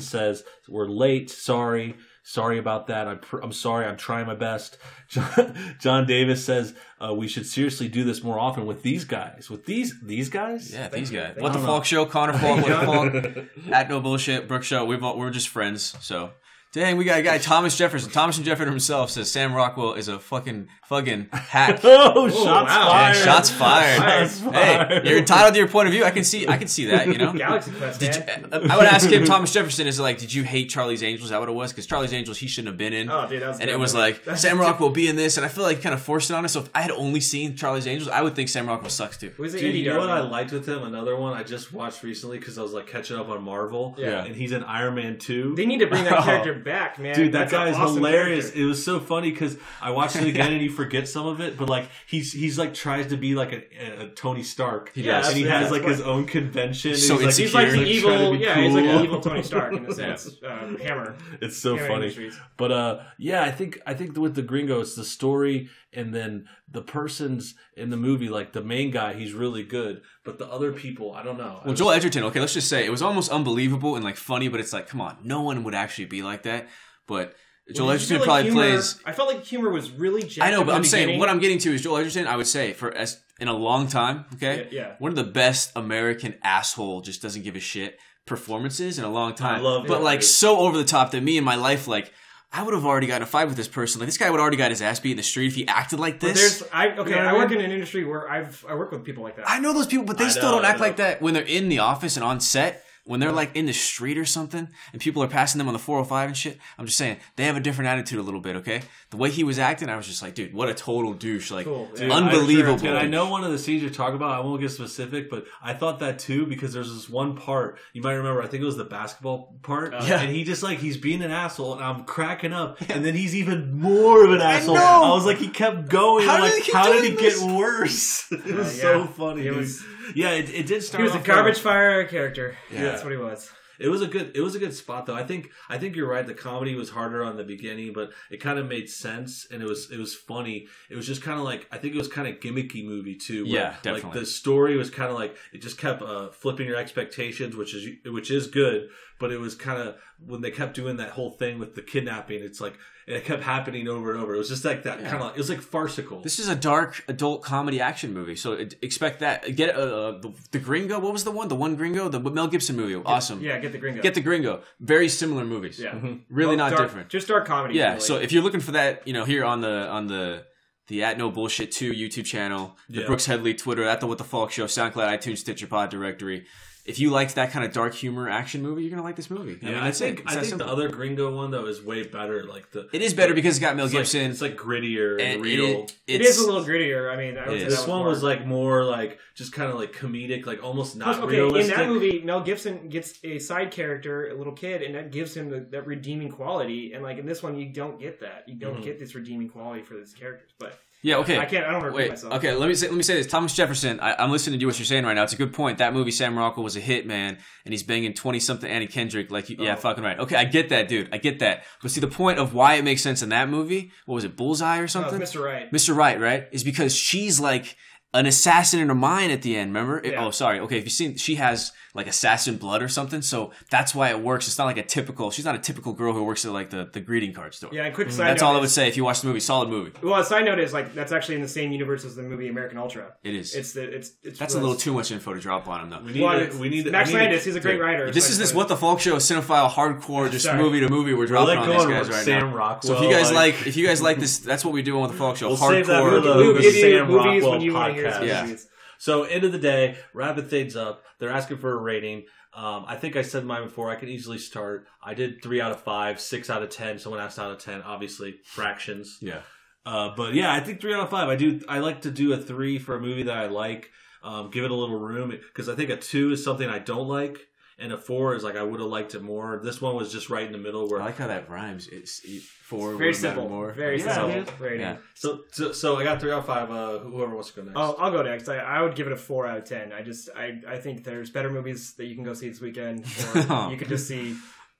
[SPEAKER 4] *laughs*
[SPEAKER 3] says, We're late. Sorry. Sorry about that. I'm, pr- I'm sorry. I'm trying my best. *laughs* John, John Davis says, uh, We should seriously do this more often with these guys. With these these guys?
[SPEAKER 2] Yeah, these guys.
[SPEAKER 4] you.
[SPEAKER 2] What the
[SPEAKER 3] I don't
[SPEAKER 2] Falk show? Connor Falk. What the
[SPEAKER 4] *laughs*
[SPEAKER 2] Falk? At no bullshit. Brooke show. We've all, we're just friends. So dang, we got a guy Thomas Jefferson. Thomas Jefferson himself says Sam Rockwell is a fucking fucking
[SPEAKER 3] *laughs*
[SPEAKER 4] *laughs*
[SPEAKER 2] hack.
[SPEAKER 3] Oh, shots
[SPEAKER 4] wow.
[SPEAKER 2] Yeah,
[SPEAKER 3] fired.
[SPEAKER 2] shots fired.
[SPEAKER 3] Shots
[SPEAKER 2] Hey,
[SPEAKER 3] fired.
[SPEAKER 2] you're entitled to your point of view. I can see. I can see that. You know.
[SPEAKER 4] *laughs* *laughs* Galaxy Quest,
[SPEAKER 2] Did you, uh,
[SPEAKER 4] man.
[SPEAKER 2] I would ask him, Thomas Jefferson, is like, did you hate Charlie's Angels? Is that what it was? Because Charlie's Angels, he shouldn't have been in.
[SPEAKER 4] Oh, dude, that was
[SPEAKER 2] and
[SPEAKER 4] good.
[SPEAKER 2] it was like
[SPEAKER 4] That's-
[SPEAKER 2] Sam Rockwell be in this, and I feel like he kind of forced it on us. So if I had only seen Charlie's Angels, I would think Sam Rockwell sucks too.
[SPEAKER 4] Who's the
[SPEAKER 3] Dude,
[SPEAKER 4] indie
[SPEAKER 3] you
[SPEAKER 4] guy?
[SPEAKER 3] know what I liked with him? Another one I just watched recently because I was like catching up on Marvel.
[SPEAKER 4] Yeah.
[SPEAKER 3] And he's in Iron Man 2. *laughs*
[SPEAKER 4] They need to bring that character it back, man.
[SPEAKER 3] Oh. Dude, that
[SPEAKER 4] That's an
[SPEAKER 3] guy is
[SPEAKER 4] awesome
[SPEAKER 3] hilarious.
[SPEAKER 4] character.
[SPEAKER 3] It was so funny because I watched it
[SPEAKER 4] *laughs*
[SPEAKER 3] again and you forget some of it, but like he's he's like tries to be like a, a Tony Stark.
[SPEAKER 2] He
[SPEAKER 4] Yeah,
[SPEAKER 2] does.
[SPEAKER 3] and he
[SPEAKER 4] yeah,
[SPEAKER 3] has
[SPEAKER 4] that's
[SPEAKER 3] like
[SPEAKER 4] what-
[SPEAKER 3] his own convention. and
[SPEAKER 2] So
[SPEAKER 3] he's like,
[SPEAKER 4] He's like the
[SPEAKER 3] trying to
[SPEAKER 4] evil,
[SPEAKER 3] be
[SPEAKER 4] yeah. He's like
[SPEAKER 3] cool.
[SPEAKER 4] an evil Tony Stark
[SPEAKER 3] *laughs*
[SPEAKER 4] in a sense. Uh, hammer.
[SPEAKER 3] It's so
[SPEAKER 4] Hammer
[SPEAKER 3] funny.
[SPEAKER 4] Industries.
[SPEAKER 3] But uh, yeah, I think I think with the Gringo, it's the story, and then the persons in the movie, like the main guy, he's really good, but the other people, I don't know. I
[SPEAKER 2] Well,
[SPEAKER 3] was-
[SPEAKER 2] Joel Edgerton. Okay, let's just say it was almost unbelievable and like funny, but it's like, come on, no one would actually be like that. But Joel
[SPEAKER 4] Well, did
[SPEAKER 2] Edgerton
[SPEAKER 4] you feel like
[SPEAKER 2] probably
[SPEAKER 4] humor-
[SPEAKER 2] plays
[SPEAKER 4] I felt like humor was really. jacked
[SPEAKER 2] I know,
[SPEAKER 4] up
[SPEAKER 2] but
[SPEAKER 4] in
[SPEAKER 2] I'm
[SPEAKER 4] the
[SPEAKER 2] saying
[SPEAKER 4] beginning.
[SPEAKER 2] what I'm getting to is Joel Edgerton. I would say for as in a long time, okay,
[SPEAKER 4] Yeah, yeah.
[SPEAKER 2] one of the best American asshole just doesn't give a shit performances in a long time.
[SPEAKER 3] love
[SPEAKER 2] but
[SPEAKER 3] that,
[SPEAKER 2] like
[SPEAKER 3] dude.
[SPEAKER 2] so over the top that me in my life, like I would have already gotten in a fight with this person. Like this guy would already got his ass beat in the street if he acted like
[SPEAKER 4] But
[SPEAKER 2] this.
[SPEAKER 4] there's, I okay.
[SPEAKER 2] know what
[SPEAKER 4] I
[SPEAKER 2] I
[SPEAKER 4] work
[SPEAKER 2] mean?
[SPEAKER 4] in an industry where I've I work with people like that.
[SPEAKER 2] I know those people, but they
[SPEAKER 3] I
[SPEAKER 2] still
[SPEAKER 3] know,
[SPEAKER 2] don't
[SPEAKER 3] I
[SPEAKER 2] act
[SPEAKER 3] know.
[SPEAKER 2] like that when they're in the office and on set. When they're like in the street or something, and people are passing them on the 405 and shit, I'm just saying they have a different attitude a little bit. Okay, the way he was acting, I was just like, dude, what a total douche! Like,
[SPEAKER 4] Cool, yeah.
[SPEAKER 3] Dude,
[SPEAKER 2] unbelievable.
[SPEAKER 3] I, and I know one of the scenes you're talking about. I won't get specific, but I thought that too because there's this one part you might remember. I think it was the basketball part,
[SPEAKER 4] Oh,
[SPEAKER 2] Yeah.
[SPEAKER 3] and he just like he's being an asshole, and I'm cracking up, and then he's even more of an asshole.
[SPEAKER 2] know.
[SPEAKER 3] was like, he kept going.
[SPEAKER 2] How
[SPEAKER 3] I'm
[SPEAKER 2] did
[SPEAKER 3] like,
[SPEAKER 2] he keep
[SPEAKER 3] how did he
[SPEAKER 2] doing this?
[SPEAKER 3] get worse? *laughs* it was
[SPEAKER 4] Uh, yeah.
[SPEAKER 3] so funny.
[SPEAKER 4] He
[SPEAKER 3] dude.
[SPEAKER 4] was-
[SPEAKER 3] yeah, it, it did start.
[SPEAKER 4] he was a
[SPEAKER 3] off rough.
[SPEAKER 4] garbage fire character.
[SPEAKER 2] Yeah.
[SPEAKER 4] Yeah, that's what he was.
[SPEAKER 3] It was a good it was a good spot though. I think I think you're right. The comedy was harder on the beginning, but it kind of made sense and it was it was funny. It was just kind of like I think it was kind of gimmicky movie too.
[SPEAKER 2] Yeah,
[SPEAKER 3] Like
[SPEAKER 2] definitely.
[SPEAKER 3] the story was kind of like it just kept uh, flipping your expectations, which is which is good. But it was kind of when they kept doing that whole thing with the kidnapping. It's like and it kept happening over and over. It was just like that
[SPEAKER 2] Yeah.
[SPEAKER 3] kind of it was like farcical.
[SPEAKER 2] This is a dark adult comedy action movie, so it- expect that. Get uh, uh, the, the Gringo. What was the one? The one Gringo, the Mel Gibson movie. Awesome.
[SPEAKER 4] Yeah, get the gringo.
[SPEAKER 2] Get the Gringo. Very similar movies.
[SPEAKER 4] yeah.
[SPEAKER 2] Really
[SPEAKER 4] Well,
[SPEAKER 2] not
[SPEAKER 4] dark-
[SPEAKER 2] different.
[SPEAKER 4] Just dark comedy.
[SPEAKER 2] Yeah.
[SPEAKER 4] really.
[SPEAKER 2] So if you're looking for that, you know, here on the on the the at no bullshit two YouTube channel, the
[SPEAKER 3] Yeah.
[SPEAKER 2] Brooks Headley Twitter at the What the Falk Show, SoundCloud, iTunes, Stitcher Pod directory. If you liked that kind of dark humor action movie, you're gonna like this movie.
[SPEAKER 3] yeah,
[SPEAKER 2] mean,
[SPEAKER 3] I,
[SPEAKER 2] that's
[SPEAKER 3] think
[SPEAKER 2] it. It's
[SPEAKER 3] I
[SPEAKER 2] that
[SPEAKER 3] think the
[SPEAKER 2] simple.
[SPEAKER 3] other Gringo one though is way better. Like the
[SPEAKER 2] it is better because it's got Mel
[SPEAKER 3] it's like,
[SPEAKER 2] Gibson.
[SPEAKER 3] it's like grittier and,
[SPEAKER 2] and it-
[SPEAKER 3] real.
[SPEAKER 4] it
[SPEAKER 2] it's,
[SPEAKER 4] is a little grittier. I mean, I would
[SPEAKER 2] Yeah.
[SPEAKER 4] say
[SPEAKER 3] This
[SPEAKER 4] that
[SPEAKER 3] one
[SPEAKER 4] more-
[SPEAKER 3] was like more like just kind of like comedic, like almost
[SPEAKER 4] Plus,
[SPEAKER 3] not
[SPEAKER 4] okay,
[SPEAKER 3] realistic.
[SPEAKER 4] in that movie, Mel Gibson gets a side character, a little kid, and that gives him the, that redeeming quality. And like in this one, you don't get that. You don't
[SPEAKER 3] Mhm.
[SPEAKER 4] get this redeeming quality for these characters. But
[SPEAKER 2] Mm-hmm. yeah. Okay.
[SPEAKER 4] I can't. I don't repeat
[SPEAKER 2] Wait,
[SPEAKER 4] myself.
[SPEAKER 2] okay. Let me say, let me say this. Thomas Jefferson. I, I'm listening to you what you're saying right now. It's a good point. That movie, Sam Rockwell, was a hit, man, and he's banging twenty something Annie Kendrick. Like, you- yeah,
[SPEAKER 4] Oh.
[SPEAKER 2] fucking right. Okay, I get that, dude. I get that. But see, the point of why it makes sense in that movie, what was it, Bullseye or
[SPEAKER 4] No, it's
[SPEAKER 2] something?
[SPEAKER 4] Mr. Oh, Right.
[SPEAKER 2] Mr. Right, right, is because she's like an assassin in her mind at the end. Remember? It-
[SPEAKER 4] Yeah.
[SPEAKER 2] oh, sorry. Okay, if you've seen, she has like assassin blood or something, so that's why it works. It's not like a typical. She's not a typical girl who works at like the the greeting card store.
[SPEAKER 4] Yeah. And quick side.
[SPEAKER 2] Mm-hmm. That's
[SPEAKER 4] note
[SPEAKER 2] all I
[SPEAKER 4] is-
[SPEAKER 2] would say. If you watch the movie, solid movie.
[SPEAKER 4] Well, a side note is like that's actually in the same universe as the movie American Ultra.
[SPEAKER 2] It is.
[SPEAKER 4] It's the it's it's.
[SPEAKER 2] that's a little too much info to drop on him, though.
[SPEAKER 3] we need,
[SPEAKER 4] Well,
[SPEAKER 3] to-
[SPEAKER 4] it's-
[SPEAKER 3] we need to-
[SPEAKER 4] Max
[SPEAKER 3] we need to-
[SPEAKER 4] Landis. He's a great
[SPEAKER 2] Dude,
[SPEAKER 4] writer.
[SPEAKER 2] This
[SPEAKER 4] so
[SPEAKER 2] is
[SPEAKER 4] I
[SPEAKER 2] this
[SPEAKER 4] put-
[SPEAKER 2] what the folk show cinephile hardcore just
[SPEAKER 4] Sorry.
[SPEAKER 2] movie to movie we're
[SPEAKER 3] I
[SPEAKER 2] dropping
[SPEAKER 3] like
[SPEAKER 2] on
[SPEAKER 3] going
[SPEAKER 2] these
[SPEAKER 3] with
[SPEAKER 2] guys right
[SPEAKER 3] Sam
[SPEAKER 2] now.
[SPEAKER 3] Rockwell.
[SPEAKER 2] So if you guys like,
[SPEAKER 3] like
[SPEAKER 2] if you guys like this, that's what we do on the folk show.
[SPEAKER 3] We'll
[SPEAKER 2] hardcore.
[SPEAKER 3] save that for the-
[SPEAKER 4] We will
[SPEAKER 3] the
[SPEAKER 4] give you
[SPEAKER 3] Sam
[SPEAKER 4] movies when
[SPEAKER 3] Rockwell
[SPEAKER 4] you want to hear
[SPEAKER 3] podcast.
[SPEAKER 4] these
[SPEAKER 2] Yeah.
[SPEAKER 4] movies.
[SPEAKER 3] so, end of the day, wrapping things up. They're asking for a rating. Um, I think I said mine before. I could easily start. I did three out of five, six out of ten. Someone asked out of ten, obviously fractions.
[SPEAKER 2] yeah.
[SPEAKER 3] Uh, but yeah, I think three out of five. I do. I like to do a three for a movie that I like. Um, give it a little room because I think a two is something I don't like, and a four is like I would have liked it more. This one was just right in the middle
[SPEAKER 2] I
[SPEAKER 3] where
[SPEAKER 2] like how that rhymes. It's it- four.
[SPEAKER 4] Very
[SPEAKER 2] would've mattered
[SPEAKER 4] simple.
[SPEAKER 2] More.
[SPEAKER 4] Very
[SPEAKER 3] Yeah,
[SPEAKER 4] simple
[SPEAKER 3] dude.
[SPEAKER 4] rating.
[SPEAKER 2] Yeah.
[SPEAKER 3] So, so, so I got three out of five. Uh, whoever wants to go next.
[SPEAKER 4] Oh, I'll go next. I, I would give it a four out of ten. I just I, I think there's better movies that you can go see
[SPEAKER 2] *laughs*
[SPEAKER 4] this weekend. Or you could just see,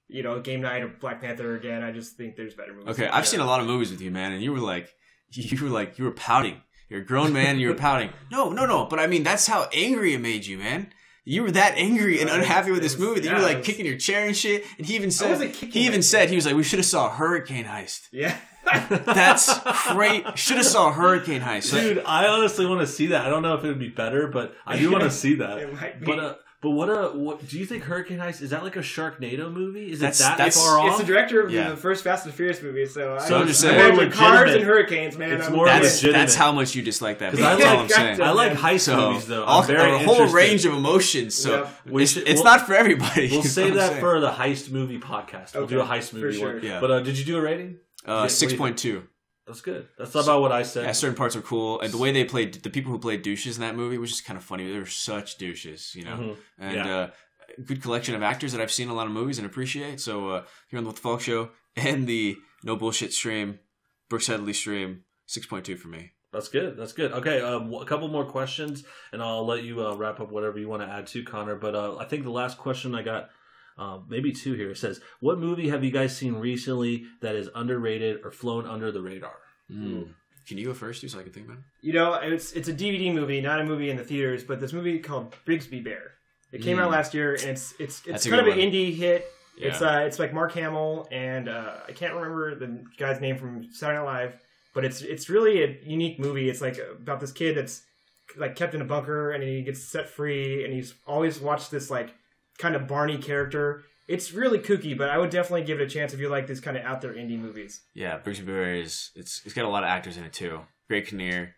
[SPEAKER 4] you know, Game Night or Black Panther again. I just think there's better movies.
[SPEAKER 2] Okay, I've seen a lot of movies with you, man, and you were like, *laughs* you were like, you were pouting. You're a grown man,
[SPEAKER 3] *laughs*
[SPEAKER 2] and you were pouting. No, no, no. But I mean, that's how angry it made you, man. You were that angry and
[SPEAKER 4] I was-
[SPEAKER 2] unhappy with
[SPEAKER 4] it
[SPEAKER 2] this
[SPEAKER 4] was-
[SPEAKER 2] movie that you
[SPEAKER 4] yeah,
[SPEAKER 2] were
[SPEAKER 4] I
[SPEAKER 2] like
[SPEAKER 4] was-
[SPEAKER 2] kicking your chair and shit. And he even said,
[SPEAKER 4] wasn't kicking
[SPEAKER 2] he even
[SPEAKER 4] it.
[SPEAKER 2] said, he was like, we should have saw Hurricane Heist. *laughs*
[SPEAKER 4] Yeah.
[SPEAKER 2] That's
[SPEAKER 3] *laughs*
[SPEAKER 2] great. Should have saw Hurricane Heist. So-
[SPEAKER 3] dude, I honestly want to see that. I don't know if it would be better, but I do want to see that.
[SPEAKER 4] *laughs* It might be.
[SPEAKER 3] But uh, but what a what? Do you think Hurricane Heist is that like a Sharknado movie? Is
[SPEAKER 2] That's-
[SPEAKER 3] it that
[SPEAKER 2] that's-
[SPEAKER 3] far
[SPEAKER 4] it's
[SPEAKER 3] off?
[SPEAKER 4] the director of
[SPEAKER 2] Yeah.
[SPEAKER 4] the first Fast and Furious movie, so,
[SPEAKER 3] So
[SPEAKER 4] I
[SPEAKER 2] I'm just
[SPEAKER 4] I'm
[SPEAKER 2] saying-
[SPEAKER 4] back with
[SPEAKER 3] More
[SPEAKER 4] cars
[SPEAKER 3] legitimate.
[SPEAKER 4] and hurricanes, man.
[SPEAKER 3] It's
[SPEAKER 4] I'm
[SPEAKER 3] more
[SPEAKER 4] back.
[SPEAKER 2] that's
[SPEAKER 3] legitimate.
[SPEAKER 2] that's how much you dislike that. movie.
[SPEAKER 3] I
[SPEAKER 2] That's all I'm
[SPEAKER 4] like-
[SPEAKER 2] saying.
[SPEAKER 3] I like
[SPEAKER 4] man.
[SPEAKER 3] heist
[SPEAKER 2] So
[SPEAKER 3] movies though.
[SPEAKER 2] all-
[SPEAKER 3] I'm very
[SPEAKER 2] a whole
[SPEAKER 3] interested.
[SPEAKER 2] range of emotions. So
[SPEAKER 4] Yeah.
[SPEAKER 3] We
[SPEAKER 2] it's,
[SPEAKER 3] should-
[SPEAKER 2] it's
[SPEAKER 3] we'll-
[SPEAKER 2] not for everybody. *laughs* you
[SPEAKER 3] We'll
[SPEAKER 2] know
[SPEAKER 3] save
[SPEAKER 2] what I'm
[SPEAKER 3] that
[SPEAKER 2] saying?
[SPEAKER 3] for the heist movie podcast. We'll
[SPEAKER 4] Okay,
[SPEAKER 3] do a heist movie
[SPEAKER 4] sure.
[SPEAKER 3] one.
[SPEAKER 2] Yeah.
[SPEAKER 3] But uh, did you do a rating?
[SPEAKER 2] uh,
[SPEAKER 3] Yeah,
[SPEAKER 2] six point two.
[SPEAKER 3] That's good. That's about what I said.
[SPEAKER 2] Yeah, certain parts are cool, and the way they played the people who played douches in that movie was just kind of funny. They were such douches, you know.
[SPEAKER 3] Mhm.
[SPEAKER 2] And
[SPEAKER 3] Yeah.
[SPEAKER 2] uh, good collection of actors that I've seen in a lot of movies and appreciate. So uh, here on the What the Folk Show, *laughs* and the no bullshit stream, Brooks Headley stream, six point two for me.
[SPEAKER 3] That's good. That's good. Okay, um, a couple more questions, and I'll let you uh, wrap up whatever you want to add to Connor. But uh, I think the last question I got, uh, maybe two here, it says, "What movie have you guys seen recently that is underrated or flown under the radar?"
[SPEAKER 2] Mm. Can you go first, dude, so I can think about it?
[SPEAKER 4] You know, it's it's a DVD movie, not a movie in the theaters, but this movie called Bigsby Bear. It came
[SPEAKER 2] Mm.
[SPEAKER 4] out last year, and it's it's
[SPEAKER 2] That's
[SPEAKER 4] it's
[SPEAKER 2] a
[SPEAKER 4] kind of
[SPEAKER 2] good
[SPEAKER 4] an
[SPEAKER 2] one.
[SPEAKER 4] indie hit. It's
[SPEAKER 2] Yeah.
[SPEAKER 4] uh, it's like Mark Hamill and uh, I can't remember the guy's name from Saturday Night Live, but it's it's really a unique movie. It's like about this kid that's like kept in a bunker and he gets set free, and he's always watched this like kind of Barney character. It's really kooky, but I would definitely give it a chance if you like these kind of out there indie movies.
[SPEAKER 2] Yeah, Briggs Brewer is it's it's got a lot of actors in it too. Greg Kinnear,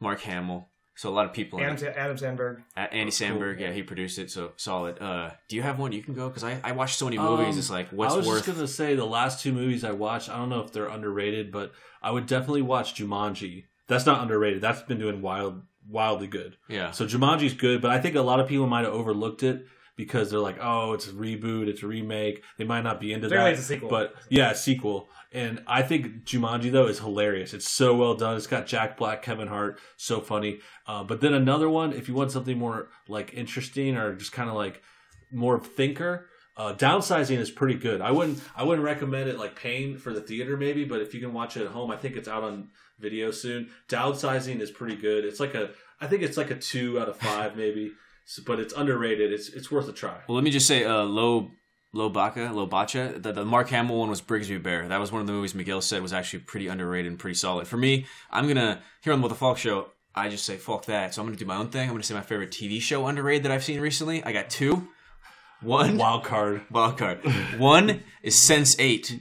[SPEAKER 2] Mark Hamill, so a lot of people. In
[SPEAKER 4] Adam,
[SPEAKER 2] it.
[SPEAKER 4] Adam Sandberg.
[SPEAKER 2] A- Andy Samberg, yeah, he produced it, so solid. Uh, do you have one you can go? Because I I watched so many movies.
[SPEAKER 3] Um,
[SPEAKER 2] it's like what's
[SPEAKER 3] I was
[SPEAKER 2] worth?
[SPEAKER 3] just gonna say the last two movies I watched. I don't know if they're underrated, but I would definitely watch Jumanji. That's not underrated. That's been doing wild, wildly good.
[SPEAKER 2] Yeah,
[SPEAKER 3] So Jumanji's good, but I think a lot of people might have overlooked it because they're like, "Oh, it's a reboot, it's a remake." They might not be into
[SPEAKER 4] Apparently
[SPEAKER 3] that.
[SPEAKER 4] it's a sequel.
[SPEAKER 3] But yeah, sequel. And I think Jumanji though is hilarious. It's so well done. It's got Jack Black, Kevin Hart, so funny. Uh, but then another one, if you want something more like interesting or just kind of like more thinker, uh, downsizing is pretty good. I wouldn't I wouldn't recommend it like paying for the theater maybe, but if you can watch it at home, I think it's out on video soon. Downsizing is pretty good. It's like a I think it's like a two out of five maybe, so, but it's underrated. It's it's worth a try.
[SPEAKER 2] Well, let me just say, uh, Lo Lobaca, Lobacha, the, the Mark Hamill one was Brigsby Bear. That was one of the movies Miguel said was actually pretty underrated and pretty solid. For me, I'm gonna here on the What the Falk Show. I just say fuck that. So I'm gonna do my own thing. I'm gonna say my favorite TV show underrated that I've seen recently. I got two. One
[SPEAKER 3] Wild card.
[SPEAKER 2] wild card. One is Sense Eight.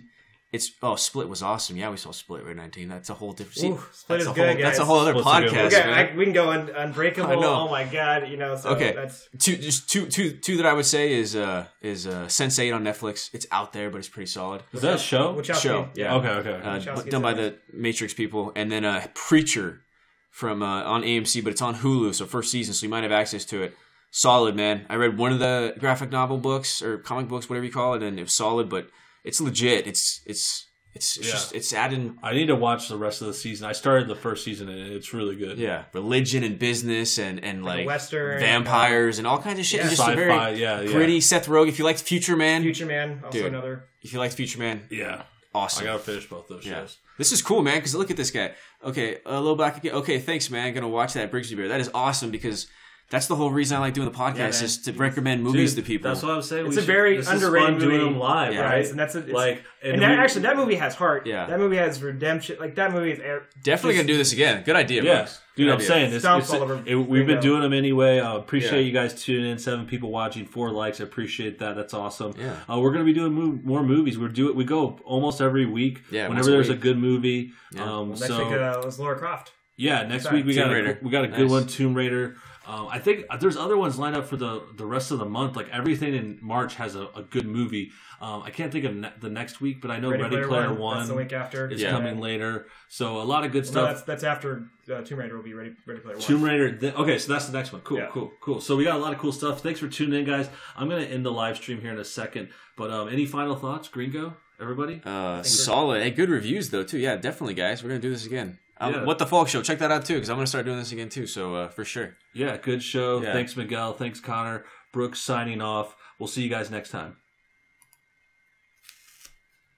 [SPEAKER 2] It's oh Split was awesome. Yeah, we saw Split right nineteen. That's a whole different. See,
[SPEAKER 4] Ooh, Split
[SPEAKER 2] that's
[SPEAKER 4] is
[SPEAKER 2] a whole
[SPEAKER 4] good,
[SPEAKER 2] that's a
[SPEAKER 4] guys.
[SPEAKER 2] whole other
[SPEAKER 3] Split's a good one.
[SPEAKER 2] podcast.
[SPEAKER 4] Okay,
[SPEAKER 2] man.
[SPEAKER 4] I, we can go on Unbreakable.
[SPEAKER 2] I know.
[SPEAKER 4] Oh my god, you know. So
[SPEAKER 2] Okay.
[SPEAKER 4] that's
[SPEAKER 2] two just two two two that I would say is uh is uh Sense Eight on Netflix. It's out there, but it's pretty solid.
[SPEAKER 3] Is that a show?
[SPEAKER 4] Wachowski.
[SPEAKER 2] Show, yeah.
[SPEAKER 3] Okay, okay.
[SPEAKER 2] Uh,
[SPEAKER 4] Wachowski's
[SPEAKER 2] done by
[SPEAKER 4] in
[SPEAKER 2] the Matrix people, and then uh, Preacher from uh, on AMC, but it's on Hulu, so first season, so you might have access to it. Solid, man. I read one of the graphic novel books or comic books, whatever you call it, and it was solid, but it's legit. It's it's it's, it's
[SPEAKER 3] Yeah.
[SPEAKER 2] just it's adding
[SPEAKER 3] I need to watch the rest of the season. I started the first season and it's really good.
[SPEAKER 2] yeah religion and business and and
[SPEAKER 4] Like a
[SPEAKER 2] like,
[SPEAKER 4] Western,
[SPEAKER 2] vampires and all kinds of shit. and just
[SPEAKER 3] Sci-fi,
[SPEAKER 2] a very
[SPEAKER 3] yeah, yeah.
[SPEAKER 2] pretty Seth Rogen. If you liked Future Man,
[SPEAKER 4] Future Man, also
[SPEAKER 2] Dude.
[SPEAKER 4] another.
[SPEAKER 2] if you liked Future Man,
[SPEAKER 3] Yeah. I
[SPEAKER 2] awesome.
[SPEAKER 3] gotta finish both those
[SPEAKER 2] Yeah.
[SPEAKER 3] shows.
[SPEAKER 2] This is cool, man. Because look at this guy. Okay, a little back again. Okay, thanks, man. Gonna watch that Briggsy Bear. That is awesome because that's the whole reason I like doing the
[SPEAKER 4] man.
[SPEAKER 2] podcast is to recommend movies
[SPEAKER 3] Dude,
[SPEAKER 2] to people.
[SPEAKER 3] That's what I'm saying.
[SPEAKER 4] It's
[SPEAKER 3] we
[SPEAKER 4] a very
[SPEAKER 3] this is
[SPEAKER 4] underrated
[SPEAKER 3] fun doing
[SPEAKER 4] movie.
[SPEAKER 3] them live,
[SPEAKER 2] Yeah.
[SPEAKER 3] right?
[SPEAKER 4] Right, and that's a, it's,
[SPEAKER 3] like,
[SPEAKER 4] and,
[SPEAKER 3] and
[SPEAKER 4] that
[SPEAKER 3] we-
[SPEAKER 4] actually that movie has heart.
[SPEAKER 2] Yeah.
[SPEAKER 4] that movie has redemption. Like that movie is air-
[SPEAKER 2] Definitely gonna do this again. Good idea. bro.
[SPEAKER 3] Yes, dude.
[SPEAKER 2] Good
[SPEAKER 3] I'm
[SPEAKER 2] idea.
[SPEAKER 3] saying it's,
[SPEAKER 4] Stomps
[SPEAKER 3] it's,
[SPEAKER 4] all over
[SPEAKER 3] it- we've been
[SPEAKER 4] Ringo.
[SPEAKER 3] doing them anyway. I appreciate
[SPEAKER 2] Yeah.
[SPEAKER 3] you guys tuning in. Seven people watching, four likes. I appreciate that. That's awesome.
[SPEAKER 2] Yeah.
[SPEAKER 3] Uh, we're gonna be doing mov- more movies. We're do it. We go almost every week.
[SPEAKER 2] Yeah, once
[SPEAKER 3] Whenever
[SPEAKER 2] a
[SPEAKER 3] there's
[SPEAKER 2] week.
[SPEAKER 3] a good movie.
[SPEAKER 2] Yeah.
[SPEAKER 3] Um.
[SPEAKER 4] next
[SPEAKER 3] so
[SPEAKER 4] week uh, was Laura Croft.
[SPEAKER 3] yeah, next
[SPEAKER 4] Sorry.
[SPEAKER 3] week we
[SPEAKER 2] Tomb
[SPEAKER 3] got a,
[SPEAKER 2] Raider.
[SPEAKER 3] we got a good
[SPEAKER 2] Nice.
[SPEAKER 3] one. Tomb Raider. Um, I think there's other ones lined up for the the rest of the month. Like everything in March has a, a good movie. Um, I can't think of ne- the next week, but I know Ready, Player One,
[SPEAKER 4] That's the week after.
[SPEAKER 3] is
[SPEAKER 2] Yeah.
[SPEAKER 3] coming later. So a lot of good
[SPEAKER 4] No,
[SPEAKER 3] stuff.
[SPEAKER 4] that's that's after uh, Tomb Raider will be Ready, Ready Player One.
[SPEAKER 3] Tomb Raider. Th- okay, so that's the next one. Cool,
[SPEAKER 4] Yeah.
[SPEAKER 3] cool, cool. So we got a lot of cool stuff. Thanks for tuning in, guys. I'm gonna end the live stream here in a second. But um, any final thoughts, Gringo? Everybody?
[SPEAKER 2] Uh, solid. Hey, good reviews though too. Yeah, definitely, guys. We're gonna do this again. Um,
[SPEAKER 3] Yeah.
[SPEAKER 2] What the Falk Show? Check that out too, because I'm gonna start doing this again too. So uh, for sure.
[SPEAKER 3] Yeah, good show.
[SPEAKER 2] Yeah.
[SPEAKER 3] Thanks, Miguel. Thanks, Connor. Brooks signing off. We'll see you guys next time.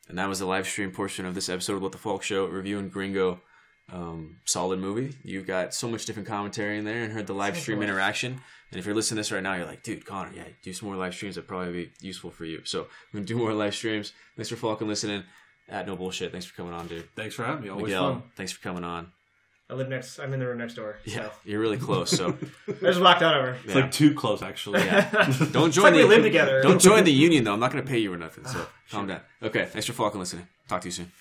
[SPEAKER 2] And that was the live stream portion of this episode of What the Folk Show, reviewing Gringo. Um, solid movie. You got so much different commentary in there and heard the live
[SPEAKER 4] So
[SPEAKER 2] stream
[SPEAKER 4] cool.
[SPEAKER 2] interaction. And if you're listening to this right now, you're like, dude, Connor, yeah, do some more live streams. That'd probably be useful for you. So we're going to do more live streams. Thanks for fucking listening. At No Bullshit, thanks for coming on, dude.
[SPEAKER 3] Thanks for having me. Always
[SPEAKER 2] Miguel,
[SPEAKER 3] fun.
[SPEAKER 2] thanks for coming on.
[SPEAKER 4] I live next. I'm in the room next door.
[SPEAKER 2] Yeah, you're really close.
[SPEAKER 4] *laughs*
[SPEAKER 2] So
[SPEAKER 4] so. I just walked out of her.
[SPEAKER 3] It's like too
[SPEAKER 2] *laughs*
[SPEAKER 3] close, actually.
[SPEAKER 2] don't join
[SPEAKER 4] like we
[SPEAKER 2] the
[SPEAKER 4] live together. *laughs*
[SPEAKER 2] Don't join the union, though. I'm not going to pay you or nothing. So calm down. Okay, thanks for fucking listening. Talk to you soon.